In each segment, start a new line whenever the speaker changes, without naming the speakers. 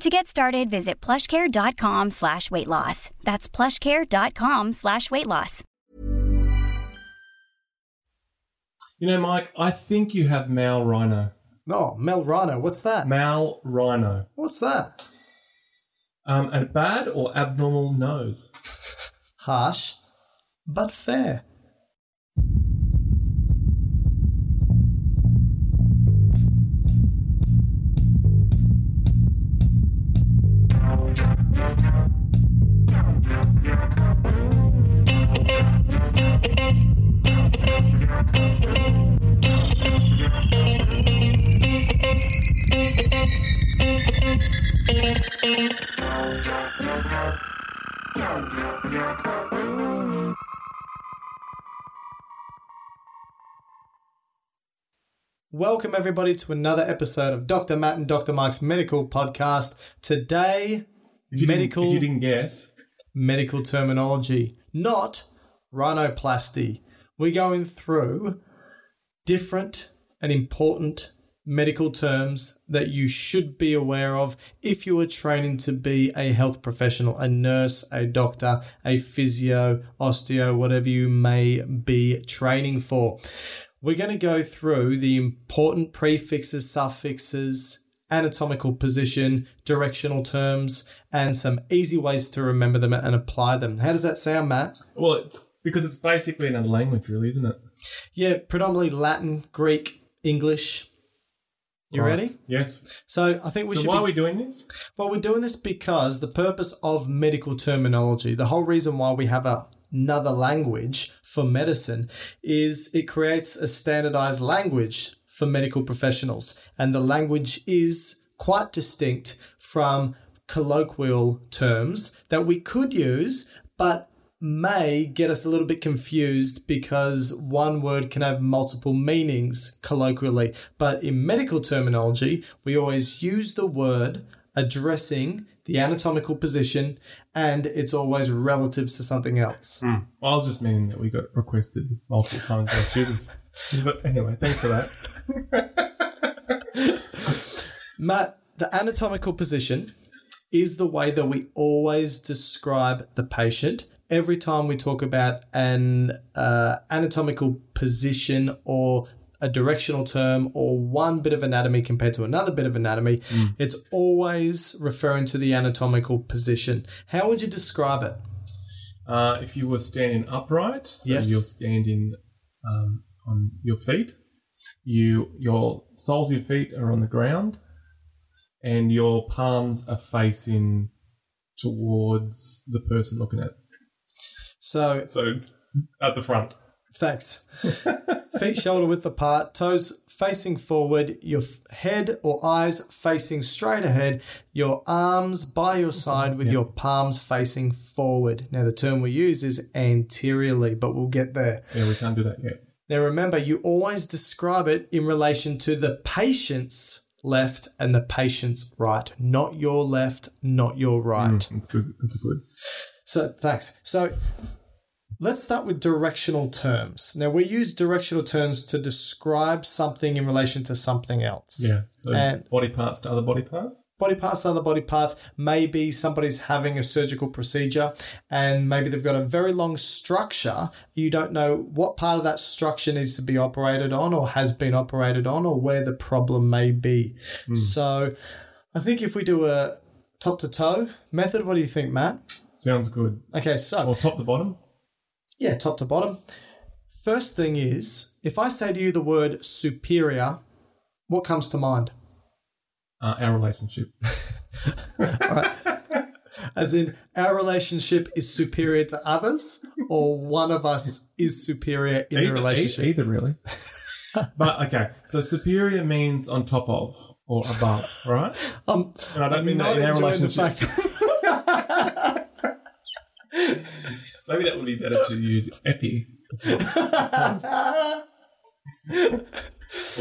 To get started, visit plushcare.com slash weight loss. That's plushcare.com slash weight loss.
You know, Mike, I think you have Mal Rhino.
Oh, Mel Rhino, what's that?
Mal Rhino.
What's that?
Um, a bad or abnormal nose.
Harsh, but fair. Welcome, everybody, to another episode of Dr. Matt and Dr. Mike's medical podcast. Today,
If you
Medical-
Didn't, if you didn't guess,
medical terminology, not rhinoplasty. We're going through different and important medical terms that you should be aware of if you are training to be a health professional, a nurse, a doctor, a physio, osteo, whatever you may be training for. We're going to go through the important prefixes, suffixes, anatomical position, directional terms, and some easy ways to remember them and apply them. How does that sound, Matt?
well, it's because it's basically another language, really, isn't it?
Yeah, predominantly Latin, Greek, English. You
Right.
ready?
Yes.
So I think we should.
so why
be-
are we doing this?
Well, we're doing this because the purpose of medical terminology, the whole reason why we have a, another language for medicine, is it creates a standardized language for medical professionals. And the language is quite distinct from colloquial terms that we could use, but may get us a little bit confused because one word can have multiple meanings colloquially. But in medical terminology, we always use the word addressing the anatomical position and it's always relative to something else.
I was just meaning that we got requested multiple times by students. But anyway, thanks for that.
Matt, the anatomical position is the way that we always describe the patient every time we talk about an uh, anatomical position or a directional term or one bit of anatomy compared to another bit of anatomy. It's always referring to the anatomical position. How would you describe it?
Uh, if you were standing upright, so
Yes.
you're standing um, on your feet. You your soles of your feet are on the ground, and your palms are facing towards the person looking at.
So
So at the front.
Thanks. Feet shoulder width apart, toes facing forward, your f- head or eyes facing straight ahead, your arms by your side with your palms facing forward. Now, the term we use is anteriorly, but we'll get there.
Yeah, we can't do that yet.
Now, remember, you always describe it in relation to the patient's left and the patient's right, not your
Mm.
left, not your right.
That's good. That's good.
So thanks. So Let's start with directional terms. Now, we use directional terms to describe something in relation to something else.
Yeah. So
and
body parts to other body parts.
body parts to other body parts. Maybe somebody's having a surgical procedure and maybe they've got a very long structure. You don't know what part of that structure needs to be operated on or has been operated on or where the problem may be.
Hmm.
So I think if we do a top to toe method, what do you think, Matt?
Sounds good.
Okay, so
Or top to bottom.
yeah, top to bottom. First thing is, if I say to you the word superior, what comes to mind?
Uh, our relationship.
As in, our relationship is superior to others, or one of us is superior in the relationship.
e- Either, really. but okay, so superior means on top of or above, right?
Um,
And I don't mean
not
that in our
enjoying the
relationship.
fact
Maybe that would be better to use epi. we'll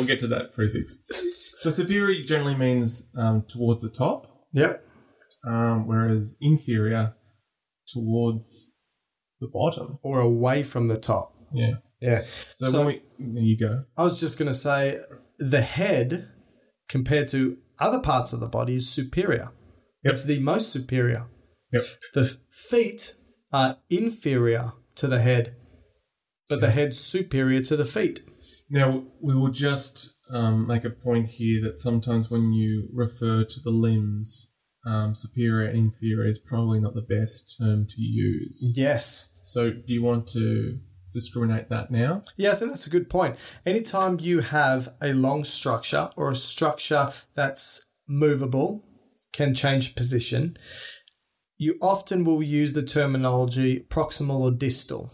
get to that prefix. So superior generally means um, towards the top,
yep.
um, whereas inferior towards the bottom.
Or away from the top.
Yeah.
Yeah.
So,
So-
when we, there you go.
I was just going to say the head, compared to other parts of the body, is superior.
Yep.
It's the most superior.
Yep.
The f- feet are inferior to the head, but the head's superior to the feet.
Now, we will just um, make a point here that sometimes when you refer to the limbs, um, superior and inferior is probably not the best term to use.
Yes.
So, do you want to discriminate that now?
Yeah, I think that's a good point. Anytime you have a long structure or a structure that's movable, can change position, you often will use the terminology proximal or distal.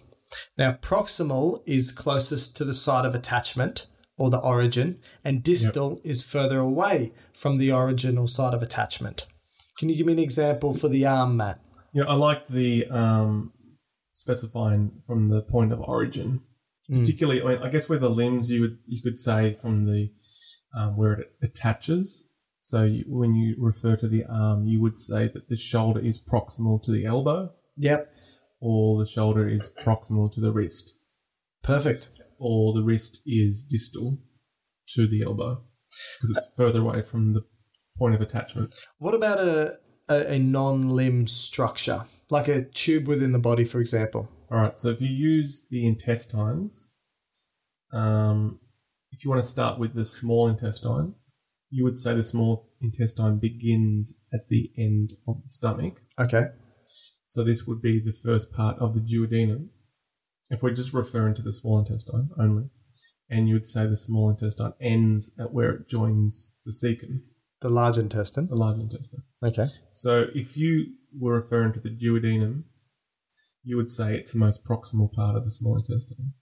Now, proximal is closest to the side of attachment or the origin, and distal is further away from the origin or side of attachment. Can you give me an example for the arm, Matt?
Yeah, I like the um, specifying from the point of origin, particularly. I, mean, I guess where the limbs you would you could say from the um, where it attaches. So you, when you refer to the arm, you would say that the shoulder is proximal to the elbow.
Yep,
or the shoulder is proximal to the wrist,
perfect.
or the wrist is distal to the elbow because it's further away from the point of attachment.
What about a, a, a non limb structure, like a tube within the body, for example?
All right, so if you use the intestines, um, if you want to start with the small intestine, you would say the small intestine begins at the end of the stomach.
Okay.
So this would be the first part of the duodenum. If we're just referring to the small intestine only, and you would say the small intestine ends at where it joins the cecum,
The large intestine.
the large intestine.
Okay.
So if you were referring to the duodenum, you would say it's the most proximal part of the small intestine.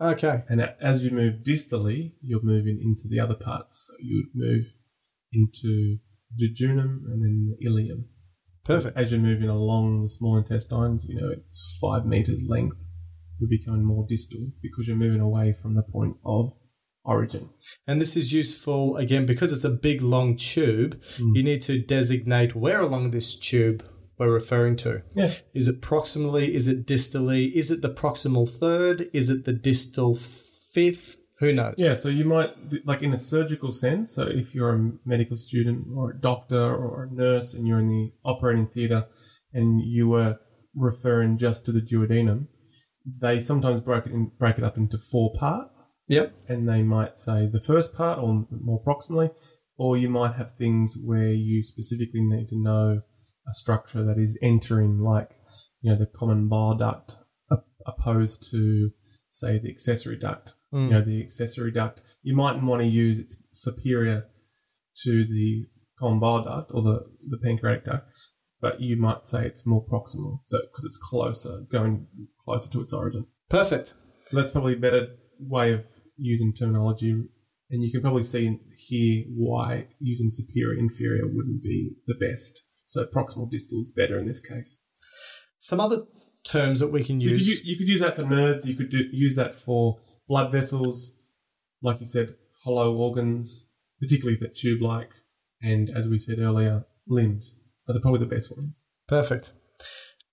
Okay.
And a- as you move distally, you're moving into the other parts. So you would move into jejunum and then the ileum.
Perfect.
As you're moving along the small intestines, you know, it's five meters length, you're becoming more distal because you're moving away from the point of origin.
And this is useful again because it's a big long tube.
Hmm.
You need to designate where along this tube we're referring to.
Yeah.
Is it proximally? Is it distally? Is it the proximal third? Is it the distal fifth? Who knows?
Yeah, so you might, like in a surgical sense, so if you're a medical student or a doctor or a nurse and you're in the operating theatre and you were referring just to the duodenum, they sometimes break it, in, break it up into four parts.
Yep.
and they might say the first part or more proximally, or you might have things where you specifically need to know a structure that is entering, like, you know, the common bile duct op- opposed to, say, the accessory duct. You know, the accessory duct, you mightn't want to use it's superior to the common bile duct or the, the pancreatic duct, but you might say it's more proximal, so because it's closer, going closer to its origin.
Perfect.
So that's probably a better way of using terminology. And you can probably see here why using superior inferior wouldn't be the best. So proximal distal is better in this case.
Some other terms that we can
So you, could,
use.
u- you could use that for nerves. You could do, use that for blood vessels, like you said, hollow organs, particularly that tube-like, and as we said earlier, limbs are the, probably the best ones.
Perfect.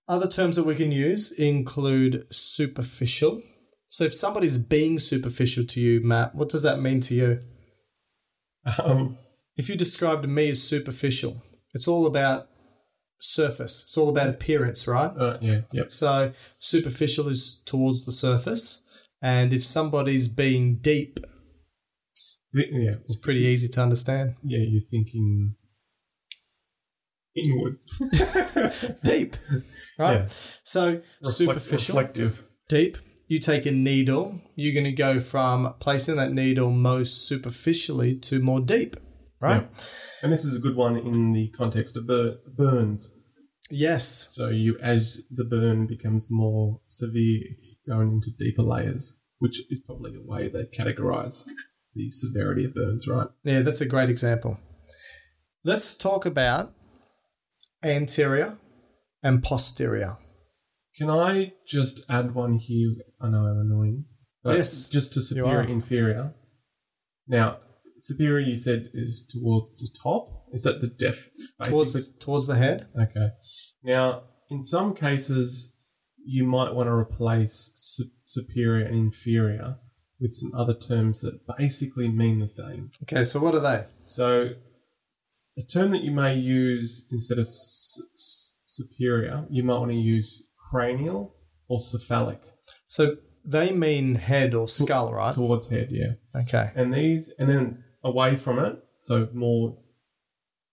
Other terms that we can use include superficial. So if somebody's being superficial to you, Matt, what does that mean to you?
Um,
If you described me as superficial, it's all about surface. It's all about appearance, right?
uh, yeah, yep.
So superficial is towards the surface, and if somebody's being deep,
Th- yeah,
it's pretty easy to understand.
yeah, you're thinking inward.
Deep, right?
Yeah.
So
Reflect-
superficial,
Reflective.
deep. You take a needle. You're going to go from placing that needle most superficially to more deep, right?
Yeah. And this is a good one in the context of the burns.
Yes.
So you, as the burn becomes more severe, it's going into deeper layers, which is probably a way they categorize the severity of burns, right?
Yeah, that's a great example. Let's talk about anterior and posterior.
Can I just add one here? I know I'm annoying.
Yes,
Just to
you
superior,
are.
inferior. Now, superior you said is toward the top. Is that the def?
Towards, towards the head.
Okay. Now, in some cases, you might want to replace su- superior and inferior with some other terms that basically mean the same.
Okay, so what are they?
So, s- a term that you may use instead of s- s- superior, you might want to use cranial or cephalic
So they mean head or skull, right?
towards head, yeah.
Okay.
And these, and then away from it, so more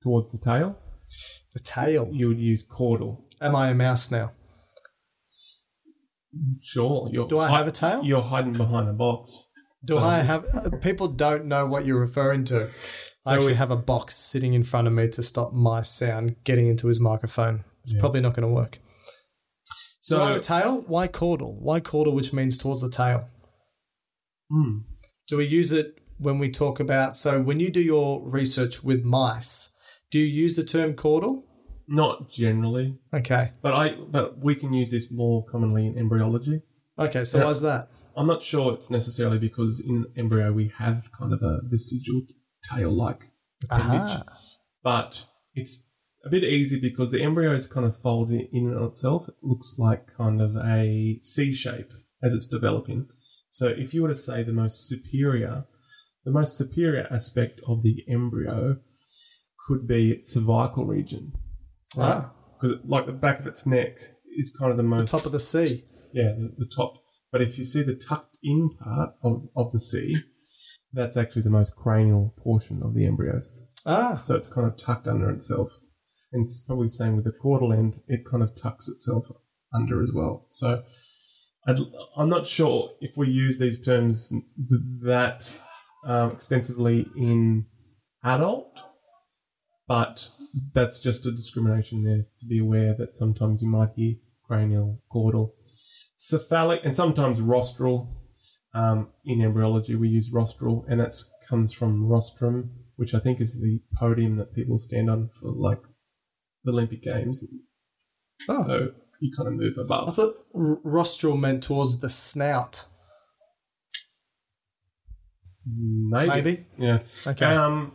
towards the tail,
The tail.
you would use caudal.
Am I a mouse now?
Sure. You're
Do I
hi-
have a tail?
You're hiding behind a box.
Do I have? uh, People don't know what you're referring to. I actually have a box sitting in front of me to stop my sound getting into his microphone. It's probably not going to work. So, I have a
So,
tail. Why caudal? Why caudal, which means towards the tail?
Hmm.
Do we use it when we talk about? So when you do your research with mice, do you use the term caudal?
not generally,
Okay.
but I but we can use this more commonly in embryology.
Okay. So
Yeah.
why's that?
I'm not sure it's necessarily because in embryo we have kind of a vestigial tail-like appendage,
Aha.
but it's a bit easy because the embryo is kind of folded in and on itself. It looks like kind of a C shape as it's developing. So if you were to say the most superior, the most superior aspect of the embryo could be its cervical region.
Ah,
because like the back of its neck is kind of the
the
most
top of the sea.
yeah the, the top. But if you see the tucked in part of, of the C, that's actually the most cranial portion of the embryos.
Ah,
So it's kind of tucked under itself, and it's probably the same with the caudal end. It kind of tucks itself under as well. So I'd, I'm not sure if we use these terms th- that um, extensively in adult, but that's just a discrimination there to be aware that sometimes you might hear cranial, caudal, cephalic, and sometimes rostral. Um, in embryology, we use rostral, and that comes from rostrum, which I think is the podium that people stand on for like the Olympic Games.
Oh.
So you kind of move above.
I thought r- rostral meant towards the snout.
Maybe.
Maybe.
Yeah.
Okay.
Um,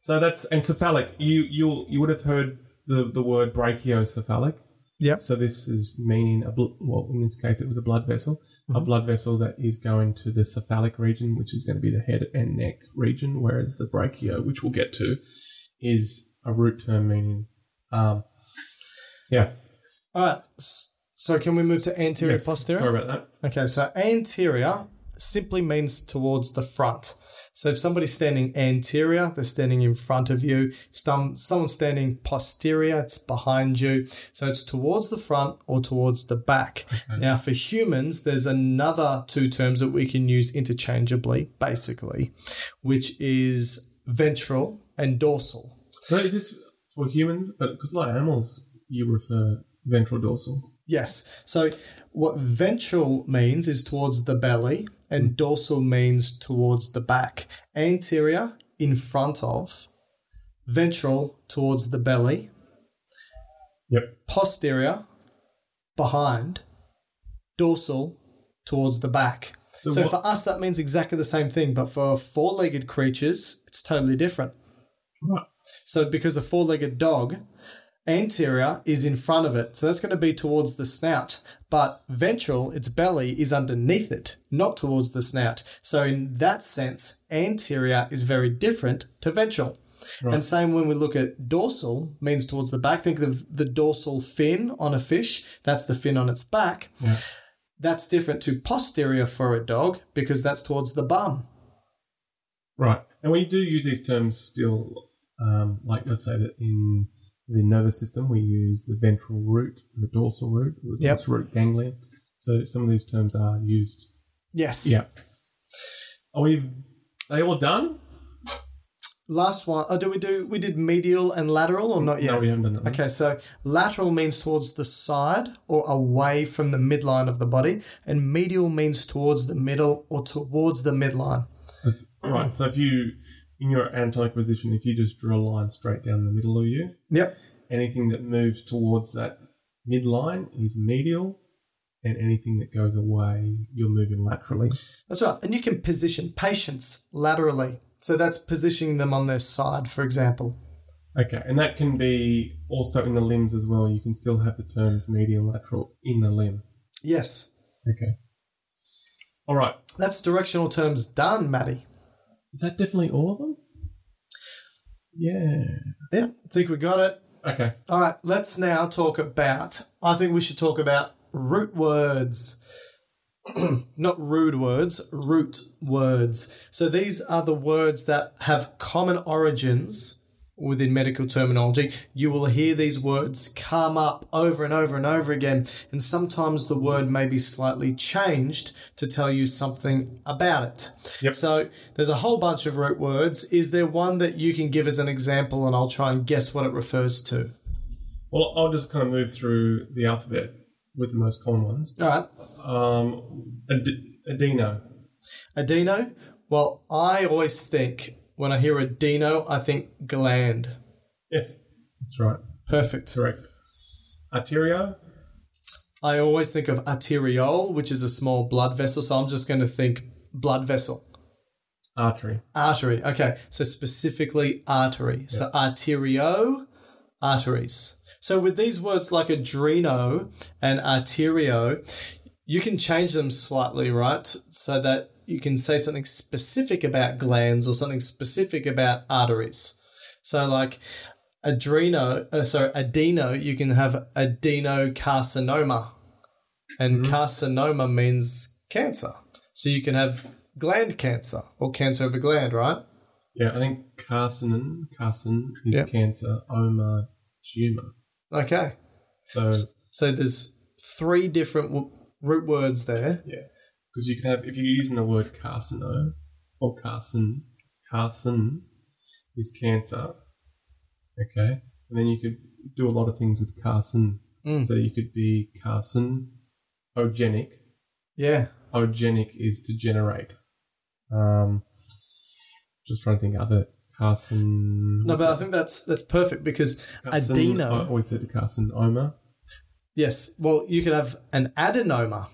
so that's encephalic. You you you would have heard the the word brachiocephalic.
Yep.
So this is meaning a bl- well in this case it was a blood vessel, a blood vessel that is going to the cephalic region, which is going to be the head and neck region, whereas the brachio, which we'll get to, is a root term meaning. Um, yeah.
All right. S- So can we move to anterior
Yes.
posterior?
Sorry about that.
Okay. So anterior simply means towards the front. So if somebody's standing anterior, they're standing in front of you. If some someone's standing posterior, it's behind you. So it's towards the front or towards the back. Now for humans, there's another two terms that we can use interchangeably, basically, which is ventral and dorsal.
So is this for humans? But because like animals, you refer ventral dorsal.
Yes. So what ventral means is towards the belly,
Hmm.
and dorsal means towards the back. Anterior, in front of. Ventral, towards the belly.
Yep.
Posterior, behind. Dorsal, towards the back. So,
So what-
for us, that means exactly the same thing, but for four legged creatures, it's totally different.
Right.
So, because a four legged dog Anterior is in front of it, so that's going to be towards the snout. But ventral, its belly, is underneath it, not towards the snout. So, in that sense, anterior is very different to ventral. And same when we look at dorsal, means towards the back. Think of the dorsal fin on a fish, that's the fin on its back. That's different to posterior for a dog because that's towards the bum.
Right. And we do use these terms still, um, like let's say that in the nervous system, we use the ventral root, the dorsal root, or the
Yep.
dorsal root ganglion. So some of these terms are used.
Yes.
Are we, they all done?
Last one. Oh, do we do? We did medial and lateral, or not yet?
No, we haven't done that one.
Okay, so lateral means towards the side or away from the midline of the body, and medial means towards the middle or towards the midline.
That's- right. So if you, in your anatomic position, if you just draw a line straight down the middle of you,
Yep.
anything that moves towards that midline is medial, and anything that goes away, you're moving laterally.
That's right. And you can position patients laterally. So that's positioning them on their side, for example.
Okay, and that can be also in the limbs as well. You can still have the terms medial and lateral in the limb.
Yes.
Okay. All right.
That's directional terms done, Maddie.
Is that definitely all of them? Yeah.
Yeah, I think we got it.
Okay.
All right, let's now talk about. I think we should talk about root words. Not rude words, root words. So these are the words that have common origins within medical terminology. You will hear these words come up over and over and over again, and sometimes the word may be slightly changed to tell you something about it.
Yep.
So there's a whole bunch of root words. Is there one that you can give as an example, and I'll try and guess what it refers to?
Well, I'll just kind of move through the alphabet with the most common ones.
All right.
Um, ad- adeno.
Adeno. Well, I always think when I hear adeno, I think gland.
Yes, that's right.
Perfect.
Correct. Arterio.
I always think of arteriole, which is a small blood vessel. So I'm just going to think blood vessel.
Artery.
Artery. Okay. So specifically artery. So arterio, arteries. So with these words like adreno and arterio, you can change them slightly, right? So that you can say something specific about glands or something specific about arteries. So like adreno, uh, sorry, adeno, you can have adenocarcinoma. And carcinoma means cancer. So you can have gland cancer or cancer of a gland, right?
Yeah, I think carcinin. Carcin is
Yep.
cancer. Oma, tumor.
Okay.
So
So there's three different w- root words there.
yeah, because you can have if you're using the word carcino or carcin, carcin is cancer. Okay, and then you could do a lot of things with carcin.
Mm.
So you could be carcin, ogenic.
Yeah.
Ogenic is to generate. Um, just trying to think other carcin.
No, but I think that's that's perfect because
carcin-
adeno.
I always said carcinoma.
Yes. Well, you could have an adenoma,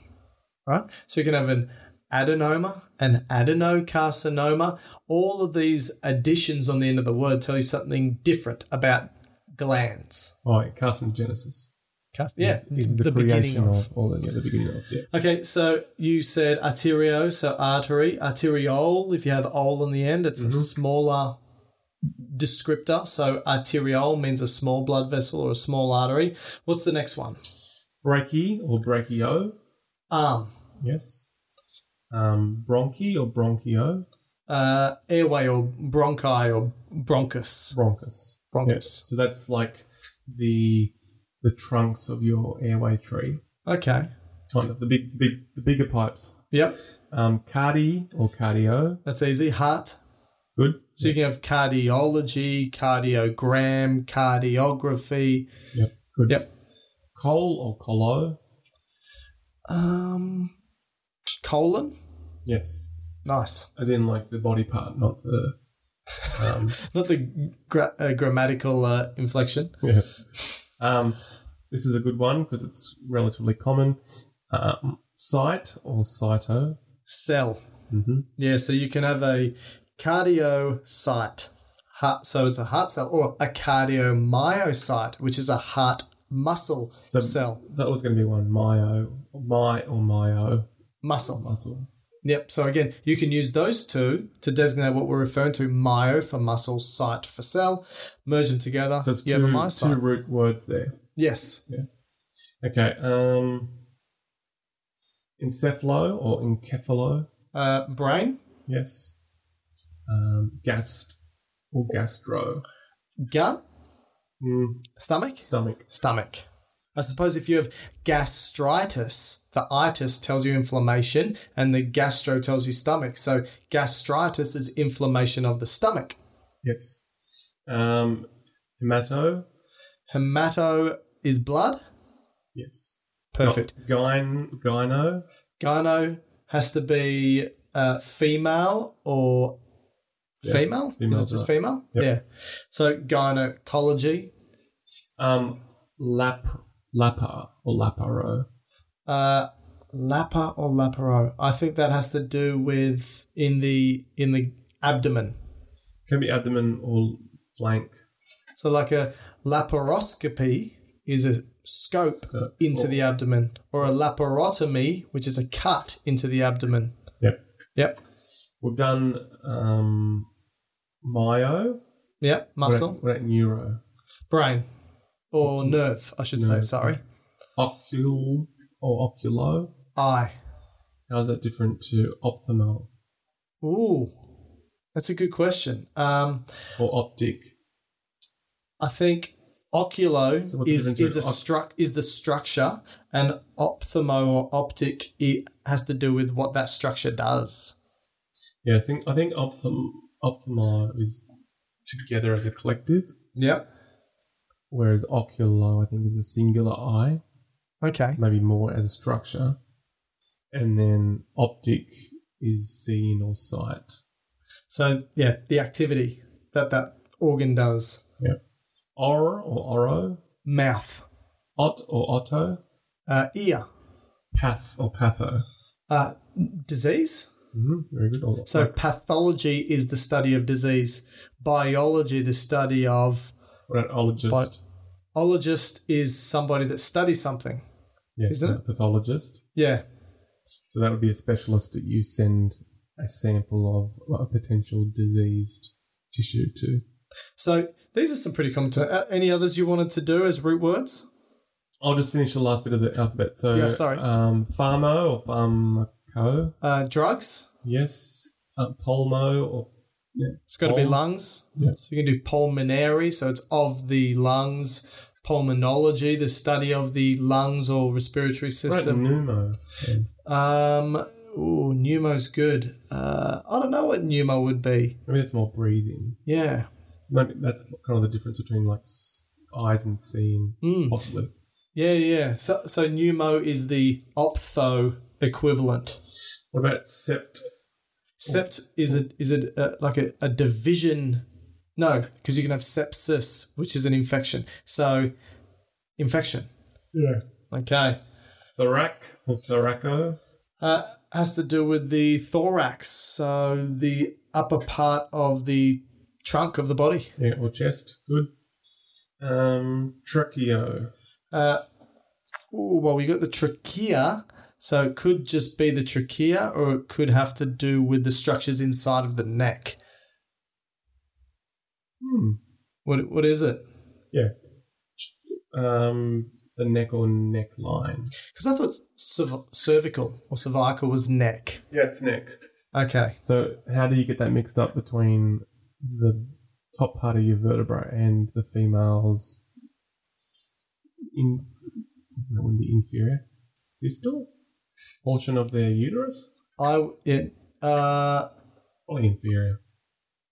right? So you can have an adenoma, an adenocarcinoma. All of these additions on the end of the word tell you something different about glands.
Oh, yeah, carcinogenesis.
Cast- yeah,
is the, creation of, or the, yeah, the beginning of. Yeah.
Okay, so you said arterio, so artery, arteriole. If you have ole on the end, it's a smaller descriptor. So arteriole means a small blood vessel or a small artery. What's the next one?
Brachy or brachio.
Arm,
Yes. Um, bronchi or bronchio.
uh, airway or bronchi or bronchus.
Bronchus.
Bronchus.
Yes. So that's like the the trunks of your airway tree,
Okay.
kind of the big, big the bigger pipes.
Yep,
Um, cardi or cardio.
that's easy. Heart.
Good.
So you can have cardiology, cardiogram, cardiography.
Yep. Good.
Yep.
Col or colo.
Um, colon.
Yes.
Nice.
As in like the body part, not the. Um,
Not the gra- uh, grammatical uh, inflection.
yes. Um, this is a good one because it's relatively common. Um, site or cyto.
Cell. Mm-hmm. Yeah, so you can have a cardio site, heart, so it's a heart cell or a cardiomyocyte, which is a heart muscle
So
cell.
That was going to be one. Myo, my or myo
Muscle.
muscle.
Yep. So again, you can use those two to designate what we're referring to: myo for muscle, site for cell. Merge them together.
So it's
you have a
two,
myocyte.
two root words there.
yes.
Okay. Um, encephalo or encephalo.
Uh, brain,
Yes. Um, gast or gastro.
gut,
Mm,
stomach,
stomach.
stomach. I suppose if you have gastritis, the itis tells you inflammation, and the gastro tells you stomach. So gastritis is inflammation of the stomach.
Yes. Um, hemato.
Hemato is blood.
Yes.
Perfect.
Gyn, gyno.
Gyno has to be uh, female or
Yeah,
female? Is it
female's
just
right.
female?
Yep.
Yeah. So gynecology,
Um, lap, lapa or laparo.
uh, lapa or laparo. I think that has to do with in the in the abdomen.
Can be abdomen or flank.
So like a laparoscopy is a scope
Scope. Oh.
into the abdomen, or a laparotomy, which is a cut into the abdomen.
Yep.
Yep.
We've done um, myo.
Yep. Muscle,
What about neuro?
brain, or nerve. I should say.
Oh. Nerve.
Sorry.
Ocul or oculo.
Eye.
How's that different to ophthalmo
Ooh, that's a good question. Um,
or optic?
I think oculo
So what's the
is
difference
is a
between
struc is the structure, and ophthalmo or optic it has to do with what that structure does.
Yeah, I think I think ophthalm ophthalmo is together as a collective,
Yep.
whereas oculo I think is a singular eye,
Okay.
maybe more as a structure, and then optic is seen or sight.
So yeah, the activity that that organ does.
Yeah. Or or oro,
Mouth,
ot or otto,
uh, ear,
path or patho.
uh, disease.
hmm very good. Or-
So pathology is the study of disease. Biology, the study of.
What about ologist?
But- Ologist is somebody that studies something.
yes,
isn't
a pathologist.
Yeah.
So that would be a specialist that you send a sample of a potential diseased tissue to.
So these are some pretty common terms. Uh, any others you wanted to do as root words?
I'll just finish the last bit of the alphabet. So,
Yeah, sorry.
Um, pharma or pharmaco,
Uh, drugs.
yes. Uh, polmo or yeah.
It's got to be
Pol-
lungs.
Yeah.
So you can do pulmonary. So it's of the lungs. Pulmonology, the study of the lungs or respiratory
Right,
system.
pneumo. Yeah.
Um, ooh, pneumo's good. Uh, I don't know what pneumo would be.
I mean, it's more breathing.
Yeah.
So maybe that's kind of the difference between like s- eyes and seeing,
Hmm.
possibly.
Yeah, yeah. So, so pneumo is the optho equivalent.
What about sept?
Sept is it is it uh, like a, a division? No, because you can have sepsis, which is an infection. So, infection.
Yeah.
Okay.
Thorac or thoraco.
Uh, has to do with the thorax, so the upper part of the trunk of the body.
Yeah, or chest. Good. Um, tracheo.
Uh, ooh, well, we got the trachea, so it could just be the trachea, or it could have to do with the structures inside of the neck.
Hmm.
What what is it?
Yeah. Um, the neck or neckline.
Because I thought cerv- cervical or cervical was neck.
Yeah, it's neck.
Okay.
So how do you get that mixed up between the top part of your vertebra and the female's in that would be inferior distal portion of their uterus?
I it uh
Probably inferior.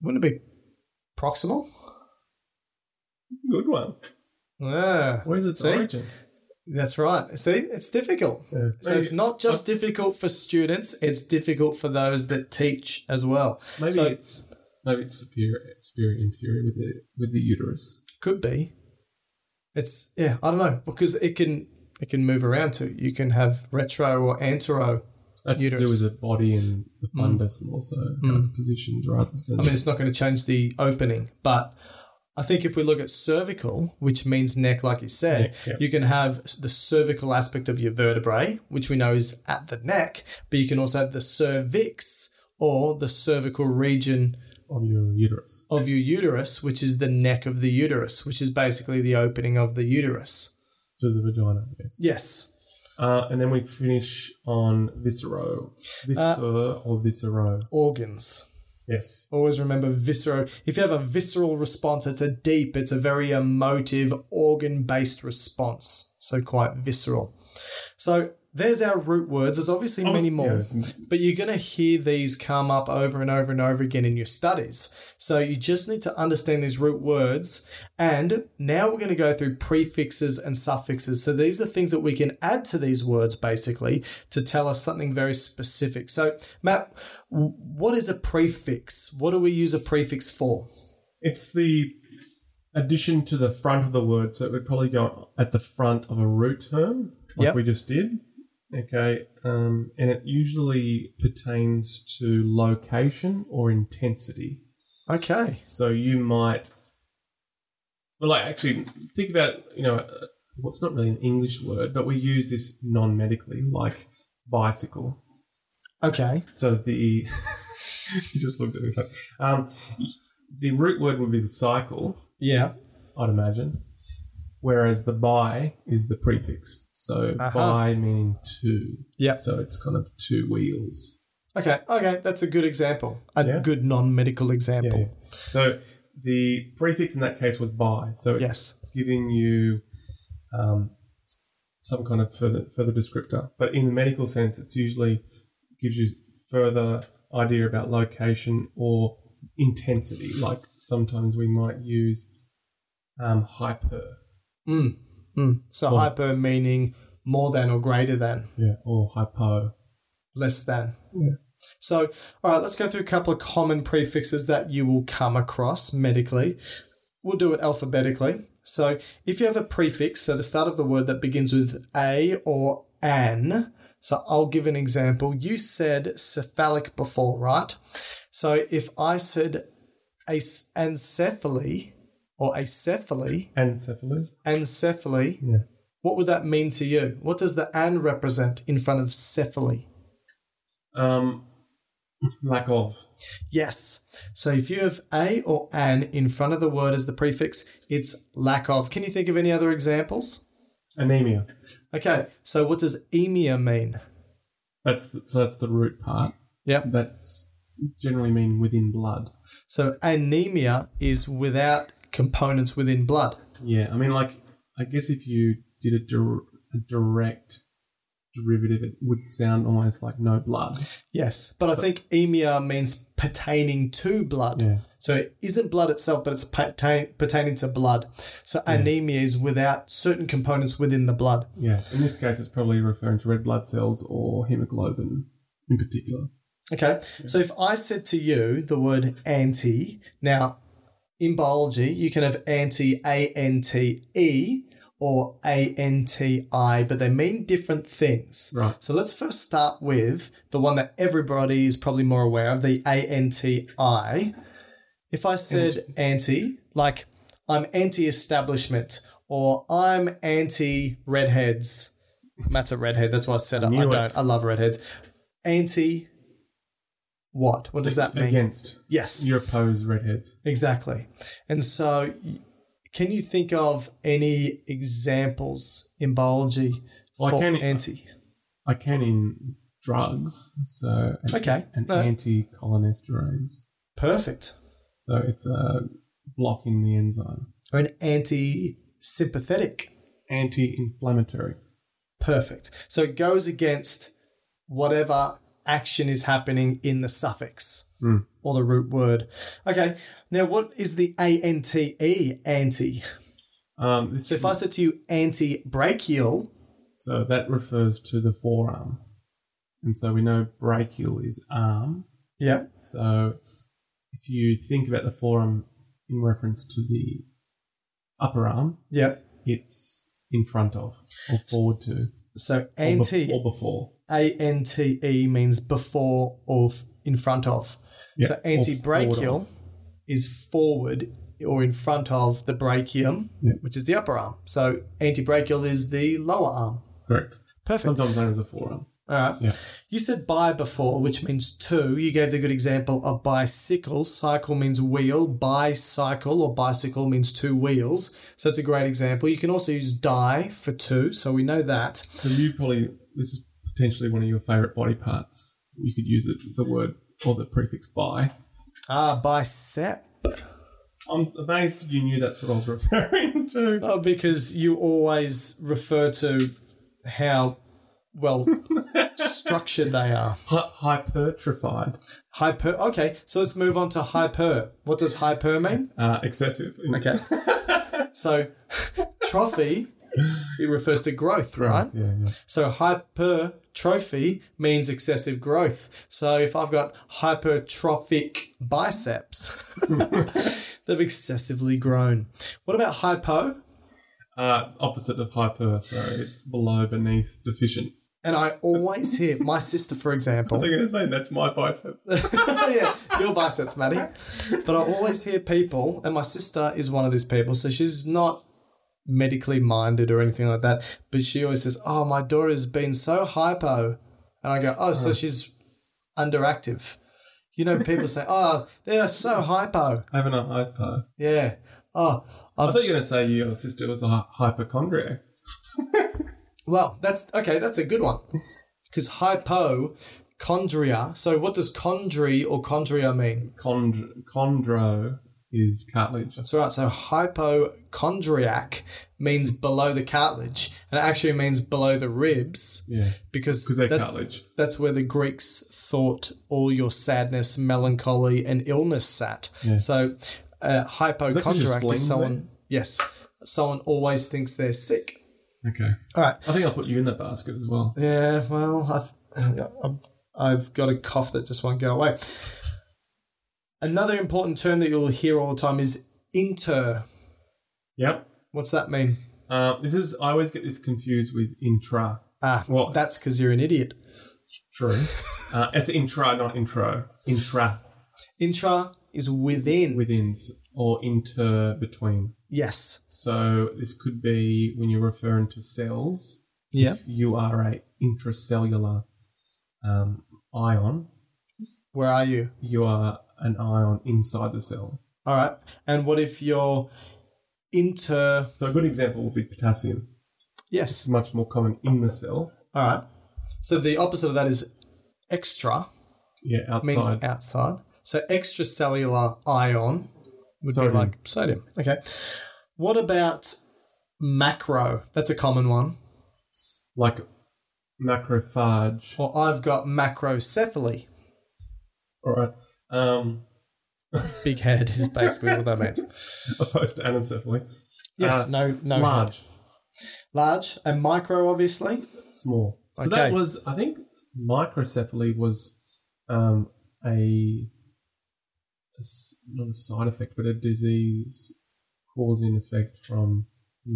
wouldn't it be proximal?
It's a good one.
Yeah.
Where's its
See?
origin?
That's right. See, it's difficult.
Yeah.
So it's
Maybe-
not just difficult for students, it's difficult for those that teach as well.
Maybe
So-
it's maybe it's superior, superior, inferior with the with the uterus.
Could be. It's yeah, I don't know because it can it can move around too. You can have retro or antero
That's
uterus. Mm.
to do with the body and the fundus and also how it's positioned rather than.
I mean, it's not going to change the opening, but I think if we look at cervical, which means neck, like you said,
yeah.
you can have the cervical aspect of your vertebrae, which we know is at the neck, but you can also have the cervix or the cervical region
of your uterus.
of your uterus, which is the neck of the uterus, which is basically the opening of the uterus.
To the vagina, yes.
Yes.
Uh, and then we finish on
Uh,
viscero. Viscera or viscero.
Organs.
Yes.
Always remember visceral. If you have a visceral response, it's a deep, it's a very emotive, organ based response. So quite visceral. So there's our root words. There's obviously
I was-
many more,
yeah, it's-
but you're going to hear these come up over and over and over again in your studies. So you just need to understand these root words. And now we're going to go through prefixes and suffixes. So these are things that we can add to these words basically to tell us something very specific. So, Matt, w- what is a prefix? What do we use a prefix for?
It's the addition to the front of the word, so it would probably go at the front of a root term, like
Yep.
we just did. Okay, um, and it usually pertains to location or intensity.
Okay.
So you might, well, like actually think about you know uh, what's not really an English word, but we use this non-medically, like bicycle.
Okay.
So the you just looked at me. Like, um, the root word would be the cycle,
Yeah.
I'd imagine. Whereas the by is the prefix. So
Uh-huh.
by meaning two.
Yep.
So it's kind of two wheels.
Okay. Okay. That's a good example. A
Yeah.
good non medical example.
Yeah. So the prefix in that case was by. So it's
Yes.
giving you um, some kind of further further descriptor. But in the medical sense, it's usually gives you further idea about location or intensity. Like sometimes we might use um, hyper.
Mm. Mm. So
Well-
hyper meaning more than or greater than,
Yeah. Or hypo.
less than.
Yeah.
So, all right, let's go through a couple of common prefixes that you will come across medically. We'll do it alphabetically. So, if you have a prefix, so the start of the word that begins with a or an, so I'll give an example. You said cephalic before, right? So, if I said ace- encephaly or acephaly,
Anencephaly.
encephaly,
Yeah.
what would that mean to you? What does the an represent in front of cephaly?
Um, lack of.
Yes. So if you have a or an in front of the word as the prefix, it's lack of. Can you think of any other examples?
Anemia.
Okay. So what does emia mean?
That's the, so that's the root part.
Yep.
That's generally mean within blood.
So anemia is without components within blood.
Yeah, I mean, like, I guess if you did a, dir- a direct derivative, it would sound almost like no blood.
Yes. But I think emia means pertaining to blood.
Yeah.
So it isn't blood itself, but it's pertain- pertaining to blood. So anemia is without certain components within the blood.
Yeah. In this case, it's probably referring to red blood cells or hemoglobin in particular.
Okay. So if I said to you the word anti, now in biology, you can have anti A N T E or A N T I, but they mean different things.
Right.
So let's first start with the one that everybody is probably more aware of, the A N T I. If I said anti, like I'm anti establishment or I'm anti redheads. Matt's a redhead, that's why I said it. I
Knew it.
don't. I love redheads. Anti what? What does that mean?
Against.
Yes.
You oppose redheads.
Exactly. And so, y- can you think of any examples in biology
Well, I
for
can-
anti?
I can in drugs, so. An,
Okay,
An
no.
anti cholinesterase.
Perfect.
So it's a blocking the enzyme.
Or an anti sympathetic?
Anti inflammatory.
Perfect. So, it goes against whatever action is happening in the suffix
Hmm.
or the root word. Okay. Now, what is the A N T E anti?
Um, this
So, if I said to you anti brachial,
So that refers to the forearm. And so we know brachial is arm.
yeah,
So if you think about the forearm in reference to the upper arm,
yeah.
it's in front of or forward to
So,
or, bef-
anti
or before.
A N T E means before or f- in front of.
Yeah,
so
or
antibrachial
forward
is forward or in front of the brachium,
Yeah.
which is the upper arm. So antibrachial is the lower arm.
Correct.
Perfect.
Sometimes known as a forearm.
All right.
Yeah.
You said by before, which means two. You gave the good example of bicycle. Cycle means wheel. Bicycle or bicycle means two wheels. So that's a great example. You can also use die for two, so we know that.
So you probably this is potentially one of your favourite body parts. You could use the, the word or the prefix by.
Ah, bicep.
I'm amazed you knew that's what I was referring to.
Oh, because you always refer to how well structured they are.
Hy- hypertrophied,
Hyper. Okay, so let's move on to hyper. What does hyper mean?
uh, excessive.
Okay. So, trophy, it refers to growth, right?
Yeah, yeah.
So, hypertrophy means excessive growth. So, if I've got hypertrophic biceps, they've excessively grown. What about hypo?
Uh, opposite of hyper, so it's below, beneath, deficient.
And I always hear my sister, for example.
I'm going to say that's my biceps.
yeah, your biceps, Maddie. But I always hear people, and my sister is one of these people, so she's not medically minded or anything like that. But she always says, "Oh, my daughter's been so hypo," and I go, "Oh, so she's underactive." You know, people say, "Oh, they're so hypo."
Having a hypo.
Yeah. Oh,
I thought you were going to say your sister was a hy- hypochondriac.
well, that's okay. That's a good one because hypo. Chondria. So, what does chondri or chondria mean?
Chond- chondro is cartilage.
That's right. So hypochondriac means below the cartilage, and it actually means below the ribs
Yeah,
because
because they're
that-
cartilage.
that's where the Greeks thought all your sadness, melancholy, and illness sat. So uh,
that 'cause your
hypochondriac
spleen's
is someone. Yes, someone always thinks they're sick.
Okay.
All right.
I think I'll put you in that basket as well.
Yeah. Well, I th- I've got a cough that just won't go away. Another important term that you'll hear all the time is inter.
Yep.
What's that mean?
Uh, this is I always get this confused with intra.
Ah,
Well-
that's because you're an idiot.
True. uh, it's intra, not intro. Intra
Intra is within.
within or inter between.
yes.
So this could be when you're referring to cells.
Yeah.
If you are a intracellular um, ion,
Where are you?
you are an ion inside the cell.
All right. And what if you're inter?
So a good example would be potassium. It's
Yes.
much more common in the cell.
All right. So the opposite of that is extra
Yeah, outside.
means outside. So extracellular ion would
Sodium.
be like sodium. Okay. What about macro? That's a common one.
like macrophage.
Well, I've got macrocephaly.
All right. Um,
Big head is basically what that means.
opposed to anencephaly.
Yes.
Uh,
no. No.
Large,
Large and micro, obviously.
small. So that
Okay.
was, I think, microcephaly was um, a, a s- not a side effect, but a disease causing effect from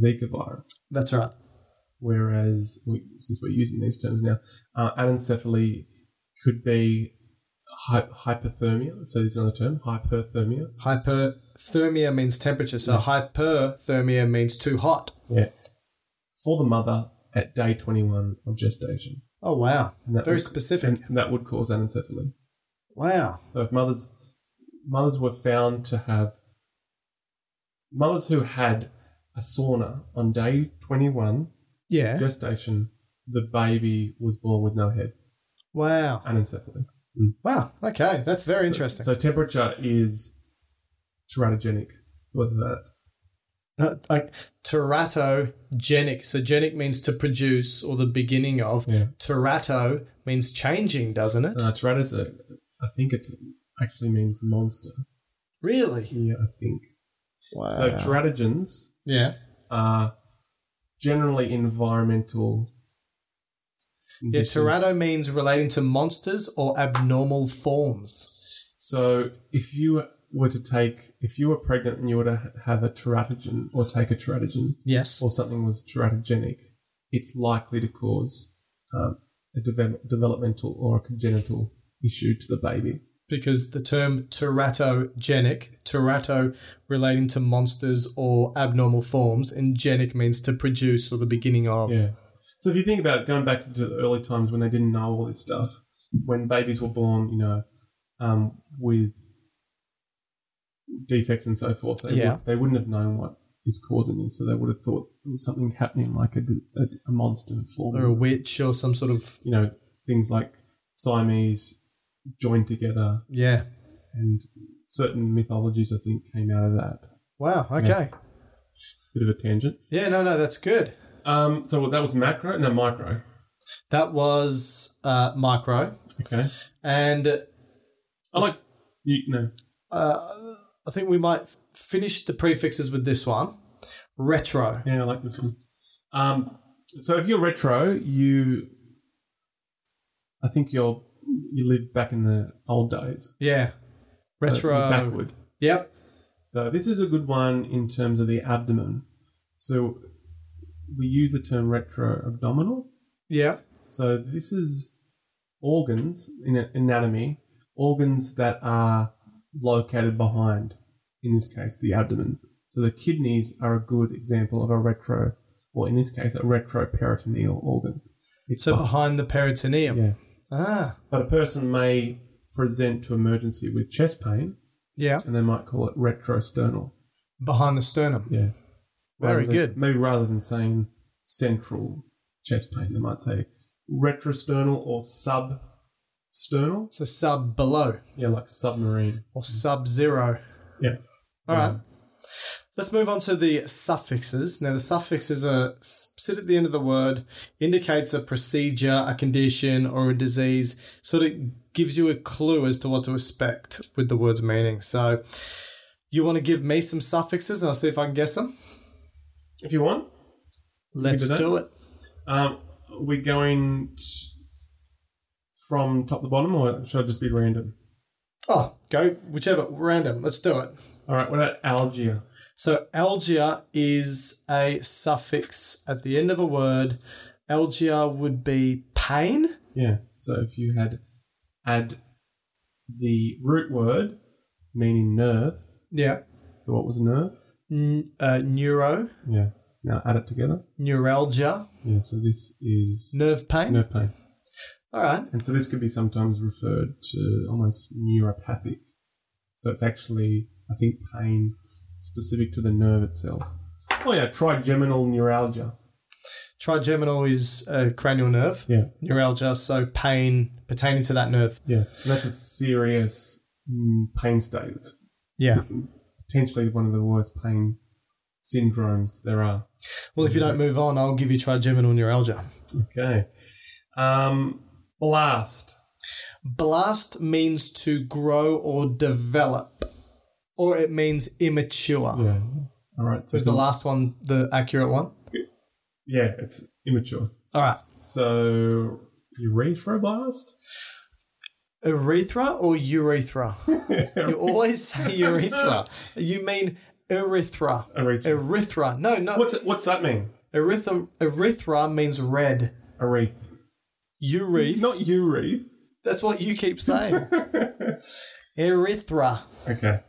Zika virus.
That's right.
Whereas, we, since we're using these terms now, uh, anencephaly could be hy- hyperthermia. So there's another term, hyperthermia.
Hyperthermia means temperature, so hyperthermia means too hot.
Yeah. For the mother at day 21 of gestation.
Oh wow,
And that
very
would-
specific.
And that would cause anencephaly.
Wow,
So if mothers mothers were found to have mothers who had a sauna on day 21
yeah,
gestation, the baby was born with no head,
wow,
anencephaly.
wow. Okay, that's very
So-
interesting.
So, temperature is teratogenic. So what's that?
Uh, like teratogenic. So genic means to produce or the beginning of.
Yeah.
Terato means changing, doesn't it?
Uh, terat is a, I think it's actually means monster.
really?
Yeah, I think.
Wow.
So teratogens
yeah.
are generally environmental.
Yeah,
conditions.
terato means relating to monsters or abnormal forms.
So if you were to take, if you were pregnant and you were to ha- have a teratogen or take a teratogen
Yes.
or something was teratogenic, it's likely to cause um, a develop, developmental or a congenital issue to the baby.
because the term teratogenic, terato relating to monsters or abnormal forms, and genic means to produce or the beginning of.
Yeah. So if you think about it, going back to the early times when they didn't know all this stuff, when babies were born, you know, um, with defects and so forth, they,
Yeah.
would, they wouldn't have known what is causing this. So they would have thought it was something happening like a, d- a- a monster forming.
Or a witch or some sort of.
You know, things like Siamese joined together
Yeah.
and certain mythologies, I think, came out of that.
Wow. Okay.
Bit of a tangent.
Yeah. no, no, that's good.
Um, so that was macro, no micro.
That was uh, micro.
Okay.
And
I like, you know,
I think we might f- finish the prefixes with this one retro.
Yeah, I like this one. Um, so if you're retro, you, I think you're you live back in the old days.
Yeah.
So
Retro.
you're Uh, backward.
Yep.
So this is a good one in terms of the abdomen. So we use the term retro abdominal.
Yep.
So this is organs in anatomy, organs that are located behind. In this case, the abdomen. So the kidneys are a good example of a retro, or in this case, a retroperitoneal organ. It's
So
beh-
behind the peritoneum.
yeah.
Ah.
But a person may present to emergency with chest pain,
Yeah.
and they might call it retrosternal.
Behind the sternum.
Yeah. Rather
Very
than-
good.
Maybe rather than saying central chest pain, they might say retrosternal or substernal.
So sub below
Yeah, like submarine.
or sub zero.
Yeah.
All right. Let's move on to the suffixes. Now, the suffixes are s- sit at the end of the word, indicates a procedure, a condition, or a disease, sort of gives you a clue as to what to expect with the word's meaning. So, you want to give me some suffixes and I'll see if I can guess them?
If you want,
Let's
do that.
do it.
um, we're going t- from top to bottom, or should I just be random?
Oh, go whichever, random. Let's do it.
All right, what about algia?
So algia is a suffix at the end of a word. Algia would be pain.
Yeah, so if you had add the root word meaning nerve,
Yeah.
so what was nerve?
N- uh, neuro,
Yeah. Now add it together.
neuralgia,
Yeah, so this is
nerve pain.
nerve pain.
All right.
And so this could be sometimes referred to almost neuropathic. So it's actually, I think, pain specific to the nerve itself. Oh, yeah, trigeminal neuralgia.
Trigeminal is a cranial nerve.
Yeah.
Neuralgia, so pain pertaining to that nerve.
Yes. And that's a serious mm, pain state. It's
Yeah.
potentially one of the worst pain syndromes there are.
Well, if you don't move on, I'll give you trigeminal neuralgia.
Okay. Um, blast.
Blast means to grow or develop, or it means immature.
Yeah. All right. So
Is the last one the accurate one?
Yeah, it's immature.
All right.
So urethroblast.
Urethra or urethra? you always say urethra. You mean urethra.
Urethra.
Urethra. No, no.
What's it, what's that mean?
Erythra, erythra means red.
Ureth.
Ureth.
Not ureth.
that's what you keep saying. erythra.
Okay.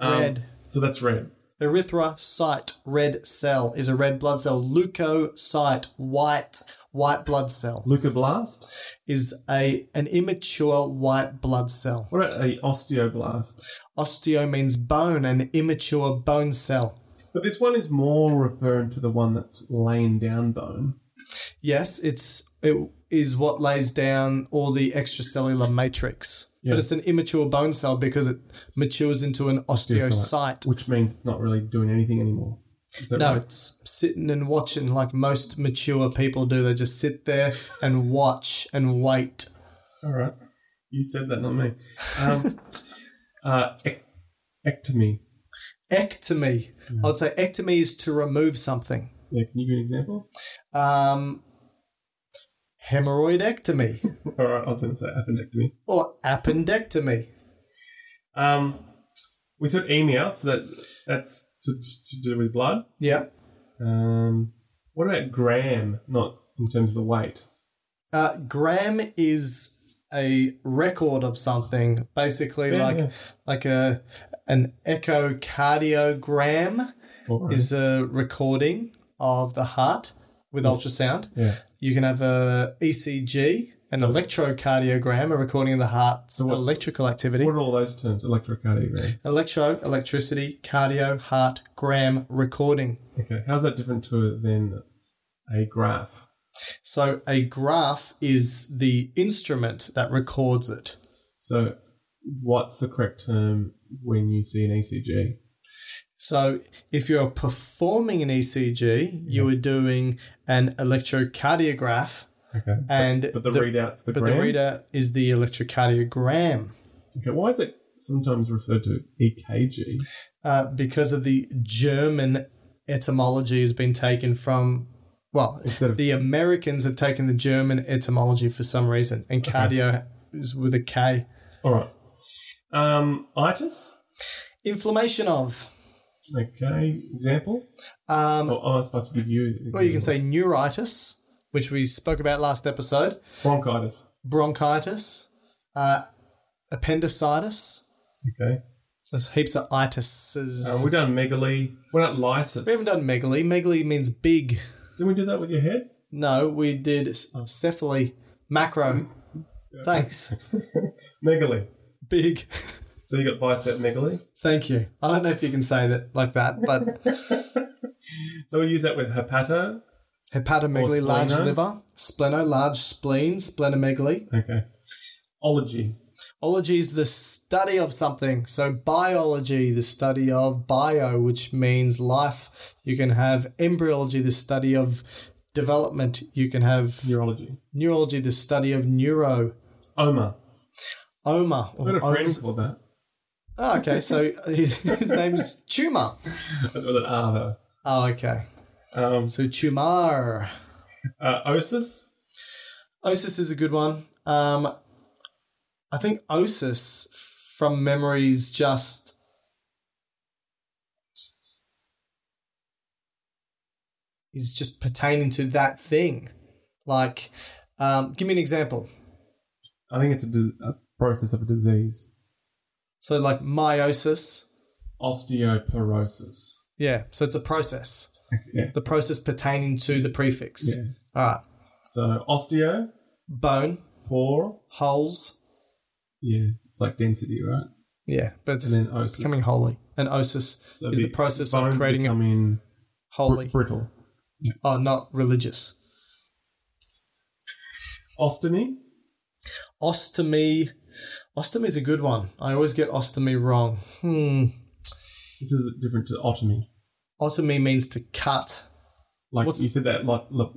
Um,
Red.
So that's red.
Erythra site. Red cell is a red blood cell. Leukocyte. White. White blood cell
Leucoblast.
is a an immature white blood cell.
What about a osteoblast?
Osteo means bone, an immature bone cell.
But this one is more referring to the one that's laying down bone.
Yes, it's it is what lays down all the extracellular matrix.
Yeah.
But it's an immature bone cell because it matures into an osteocyte.
Which means it's not really doing anything anymore. Is that
No,
right?
it's sitting and watching like most mature people do. They just sit there and watch and wait.
All right. You said that, not me. Um, uh, ec- ectomy.
Ectomy.
Mm.
I would say ectomy is to remove something.
Yeah, can you give an example?
Um, hemorrhoidectomy
All right, I was going to say appendectomy.
or appendectomy.
Um, we said emu out, so that that's to, to do with blood.
Yep.
Um, what about gram? Not in terms of the weight.
Uh, gram is a record of something, basically
Yeah,
like
yeah.
like a an echocardiogram
Alright.
is a recording of the heart with
Mm.
ultrasound.
Yeah.
You can have a ECG, an electrocardiogram, a recording of the heart's
what's-
electrical activity.
What are all those terms? Electrocardiogram.
Electro, electricity, cardio, heart, gram, recording.
Okay. How's that different to than a graph?
So a graph is the instrument that records it.
So, what's the correct term when you see an E ECG?
So if you're performing an ECG, you are doing an electrocardiograph,
Okay.
and
But the, readout's the
but
gram.
the reader is the electrocardiogram
okay. Why is it sometimes referred to E EKG?
uh, because of the German etymology has been taken from. Well,
Instead of-
the Americans have taken the German etymology for some reason, and cardio is with a K.
All right. Um, itis.
Inflammation of.
Okay. Example.
Um,
Oh, I'm supposed to give you. an
Well, you can
example.
say neuritis, which we spoke about last episode,
bronchitis.
bronchitis, uh, appendicitis.
Okay.
There's heaps of
Uh,
itises.
we've done megaly. We're not lysis.
we haven't done megaly. Megaly means big.
Didn't we do that with your head?
No, we did s- uh, cephaly, macro.
Mm-hmm.
Thanks.
Megaly.
big.
So you got bicep megaly.
Thank you. I don't know if you can say that like that, but
So we use that with hepato.
hepatomegaly,
Or
large
spleno.
liver, spleno, large spleen, splenomegaly.
Okay. Ology.
Ology is the study of something. So biology, the study of bio, which means life. You can have embryology, the study of development. You can have
Neurology.
neurology, the study of neuro.
Oma.
Oma. or
I've got a friend
omes.
called that.
Oh, okay. So his, his name's Tumor.
That's with an R though.
Oh, okay.
Um,
So Tumar.
uh, osis.
Osis is a good one. Um, I think Osis from memory is just. Is just pertaining to that thing. Like, um, give me an example.
I think it's a, dis- a process of a disease.
So, like meiosis.
Osteoporosis.
Yeah. So it's a process.
Yeah.
The process pertaining to the prefix. All right.
So osteo,
Bone,
pore.
holes.
Yeah. It's like density, right?
Yeah. But it's
And then osis.
becoming holy. And osis
So
is the process of
bones
creating a
becoming br-
holy.
brittle.
Oh, not religious.
Ostomy.
Ostomy. Ostomy is a good one. I always get ostomy wrong. Hmm.
This is different to otomy.
Otomy means to cut.
Like
What's-
you said that lap, lap,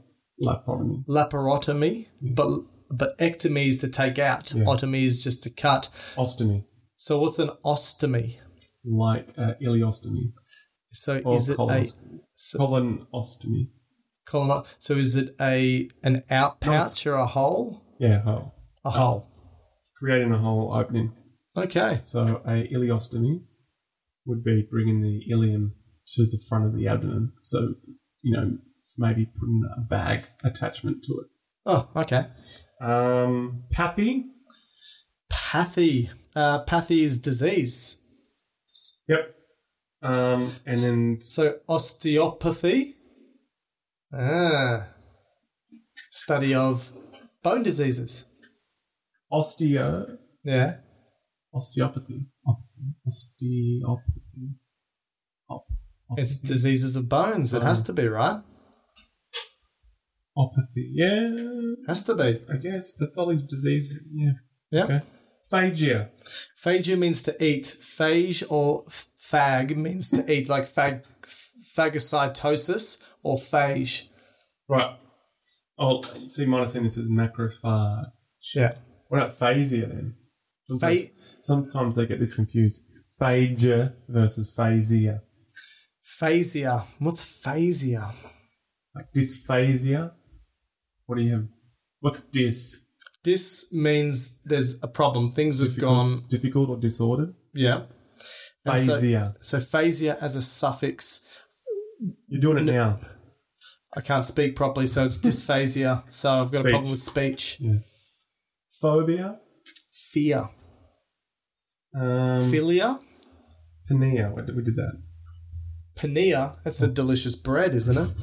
laparotomy.
Laparotomy, but but ectomy is to take out.
Yeah.
Otomy is just to cut.
Ostomy.
So what's an ostomy?
Like uh, ileostomy.
So
Or
is it
colos-
a so,
colonostomy.
colon? So is it a an out
Nice.
pouch or a hole?
Yeah, hole.
A hole.
Creating a hole opening.
Okay.
So a ileostomy would be bringing the ileum to the front of the abdomen. So, you know, it's maybe putting a bag attachment to it.
Oh, okay.
Um, pathy.
Pathy. Uh, pathy is disease.
Yep. Um, and then
So osteopathy. Ah. Study of bone diseases.
osteo,
Yeah.
osteopathy. Osteopathy. Op-
It's diseases of bones. It has to be, right?
Opathy. Yeah,
Has to be.
I guess. Pathology, disease. Yeah.
Yeah.
Okay. Phagia.
Phage means to eat. Phage or f- fag means to eat, like phag- f- phagocytosis or phage.
Right. Oh, see, minus in this is macrophage.
Yeah.
What about phasia then? Sometimes,
Pha-
sometimes they get this confused. Phagia versus phasia.
Phasia. What's phasia?
Like dysphasia. What do you have? What's dys?
This means there's a problem. Things have
Difficult-
gone.
Difficult or disordered?
Yeah. And so-
Phasia.
so phasia as a suffix
You're doing it now.
I can't speak properly, so it's dysphasia. So I've got a problem
Speech.
with speech.
Phobia.
Fear.
Um,
Philia?
Panea. We did we did that.
Panea? That's the delicious bread, isn't it?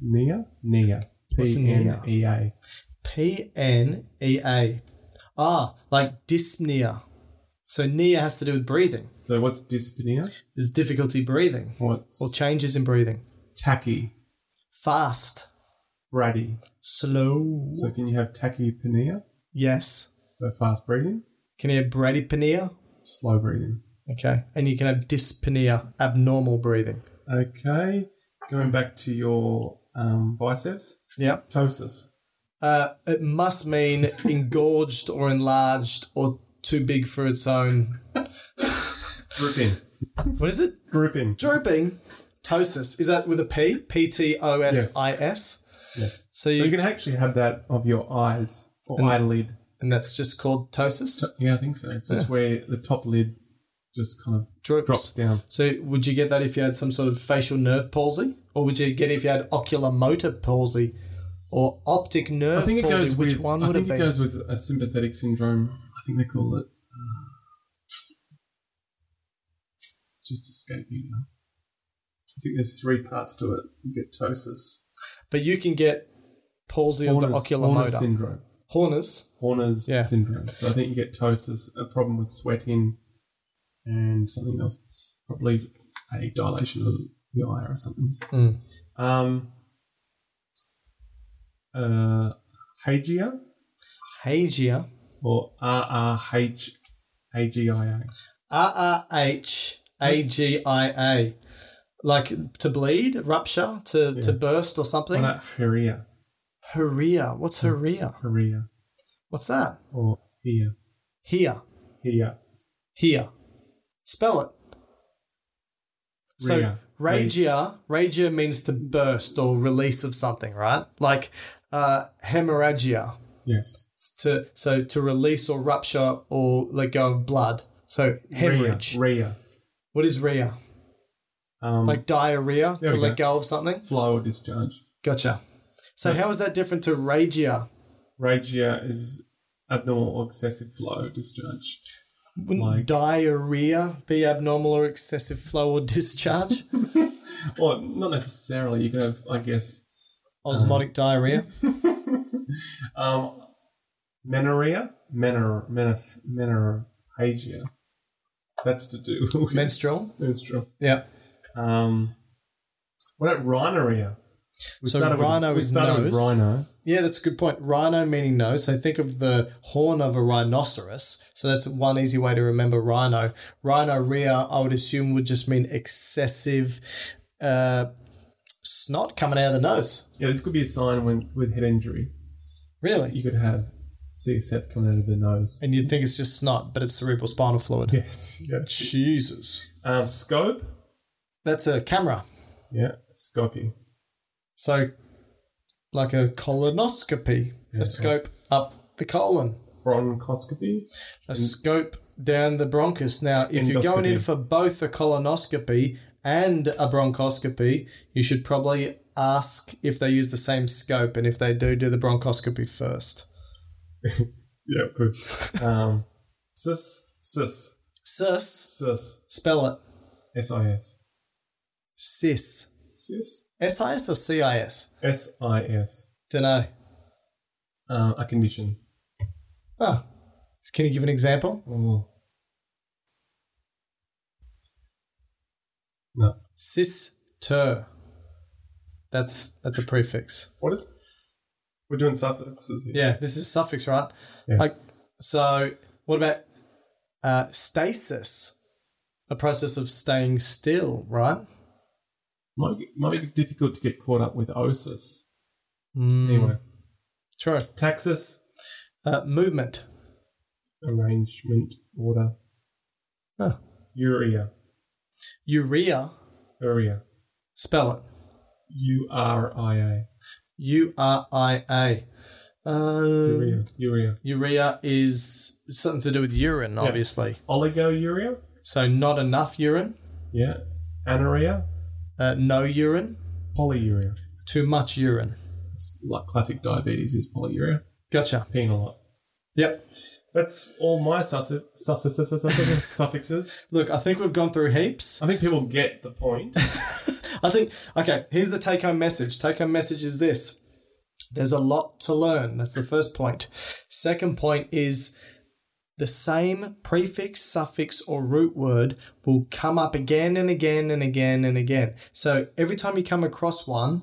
Nia. Nia.
What's
P N
Nia?
E A.
P N E A. Ah, like dyspnea. So nea has to do with breathing.
So what's dyspnea?
There's difficulty breathing
What's
or changes in breathing.
tacky?
Fast.
Bratty.
Slow.
So can you have tachypnea?
yes.
So fast breathing,
Can you have bradypnea?
slow breathing.
Okay. And you can have dyspnea, abnormal breathing.
Okay. Going back to your um, biceps,
Yep.
ptosis.
Uh, it must mean engorged or enlarged or too big for its own.
Drooping.
What is it?
Drooping.
Drooping. Ptosis. Is that with a P? P T O S I S.
Yes. So
So you-
you, can actually have that of your eyes or eyelid.
And that's just called ptosis?
Yeah, I think so. It's just where the top lid just kind of
Droops.
drops down.
So would you get that if you had some sort of facial nerve palsy, or would you get it if you had ocular motor palsy, or optic
I
nerve
think it
palsy?
goes
Which
with.
one
I
would
think
it
it
be?
goes with a sympathetic syndrome. I think they call it. Uh, it's just escaping now. I think there's three parts to it. You get ptosis,
but you can get palsy of the
Horner's-
ocular
Horner's
motor.
syndrome,
Horner's.
Horner's
Yeah.
syndrome. So I think you get ptosis, a problem with sweating, and something else. Probably a dilation of the eye or something.
Hmm.
Um, uh, Hagia
Hagia.
or R R H A G I A.
R R H A G I A. Like to bleed, rupture, to, to burst or
Or
something.
that Haria,
Heria. What's
Hmm.
heria?
Haria,
What's that?
or here,
Here.
here,
Here. Spell it. So
Ria.
ragia, ragia means to burst or release of something, right? Like uh, hemorrhagia.
yes,
It's to so to release or rupture or let go of blood. So hemorrhage.
Ria,
What is ria?
um,
Like diarrhea
there
to
we
let go of something.
flow or discharge.
Gotcha. So how is that different to ragia?
Ragia is abnormal or excessive flow discharge.
Wouldn't
Like-
diarrhea be abnormal or excessive flow or discharge?
Uh-huh. Well, not necessarily. You can have, I guess,
Osmotic diarrhea.
um, menorrhea, menor, menor, menorrhagia. That's to do with
Menstrual.
menstrual.
Yeah.
Um, what about rhinorrhea? We
So
started with-
rhino
we
is
started with
nose.
rhino.
Yeah, that's a good point. Rhino meaning nose. So think of the horn of a rhinoceros. So that's one easy way to remember rhino. Rhinorrhea, I would assume, would just mean excessive uh, snot coming out of the nose.
Yeah, this could be a sign when with head injury.
Really?
You could have CSF coming out of the nose.
And you'd think it's just snot, but it's cerebral spinal fluid.
Yes. Yeah.
Jesus.
Um, scope.
That's a camera.
Yeah. Scopy.
So, like a colonoscopy, a scope up the colon.
Bronchoscopy.
a scope down the bronchus. Now, if you're going in
Endoscopy.
for both a colonoscopy and a bronchoscopy, you should probably ask if they use the same scope, and if they do, do the bronchoscopy first.
Yeah. Good. um, cis. Cis.
Sis,
Cis.
spell it.
S I S.
Sis.
Cis.
S I S or C I S?
S I S.
Don't know.
Um, a condition.
Oh, can you give an example?
Oh. No.
Sister. That's that's a prefix.
What is? We're doing suffixes. here.
Yeah, this is suffix, right?
Yeah.
Like, so what about uh, stasis? A process of staying still, right?
Might be, might be difficult to get caught up with osis.
Mm,
Anyway.
True.
Taxus.
Uh, movement.
arrangement order.
Oh.
Urea.
Urea.
Urea.
Spell it.
U R I A.
U R I A. Um,
Urea. Urea.
urea is something to do with urine, obviously.
Oligouria.
So not enough urine.
Yeah. Anorrhea.
Uh, no urine.
Polyuria.
Too much urine.
It's like classic diabetes is polyuria.
Gotcha.
Peeing a lot.
Yep.
That's all my sus- sus- sus- sus- sus- suffixes.
Look, I think we've gone through heaps.
I think people get the point.
I think, okay, here's the take home message. Take home message is this there's a lot to learn. That's the first point. Second point is the same prefix, suffix, or root word will come up again and again and again and again. So every time you come across one,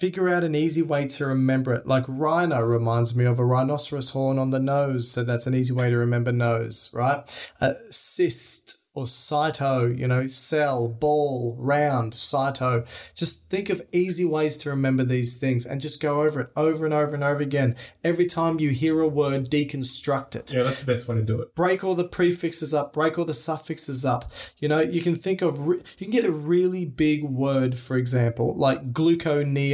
figure out an easy way to remember it. Like rhino reminds me of a rhinoceros horn on the nose, so that's an easy way to remember nose, right? Uh, cyst or cyto, you know, cell, ball, round, cyto. Just think of easy ways to remember these things and just go over it over and over and over again. Every time you hear a word, deconstruct it
yeah, that's the best way to do it.
break all the prefixes up, break all the suffixes up. You know, you can think of, re- you can get a really big word, for example, like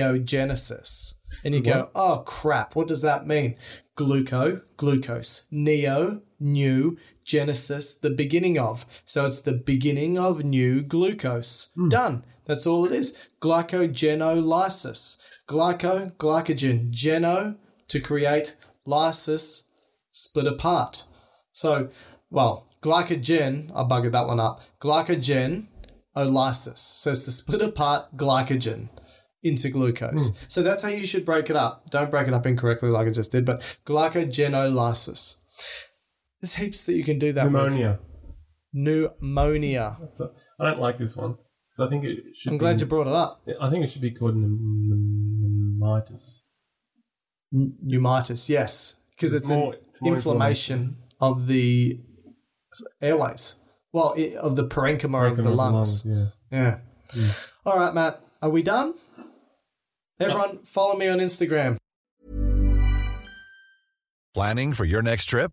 gluconeogenesis. And you go, oh crap, what does that mean? Gluco, glucose, neo, new, genesis, the beginning of. So it's the beginning of new glucose. Done. That's all it is. Glycogenolysis. Glyco, glycogen, geno, to create, lysis, split apart. So, well, glycogen, I buggered that one up. Glycogen, olysis. So it's the split apart glycogen into glucose. So that's how you should break it up. Don't break it up incorrectly like I just did, but glycogenolysis. There's heaps that you can do that with.
Pneumonia.
Pneumonia.
That's a, I don't like this one because I think it should.
I'm
be,
glad you brought it up.
I think it should be called pneumonitis.
N- Pneumitis, yes. Because it's,
It's
an
more- it's more
inflammation of the airways. Well, i of the parenchyma of the lungs.
Yeah.
Yeah. All right, Matt. Are we done? Everyone, follow me on Instagram.
Planning for your next trip?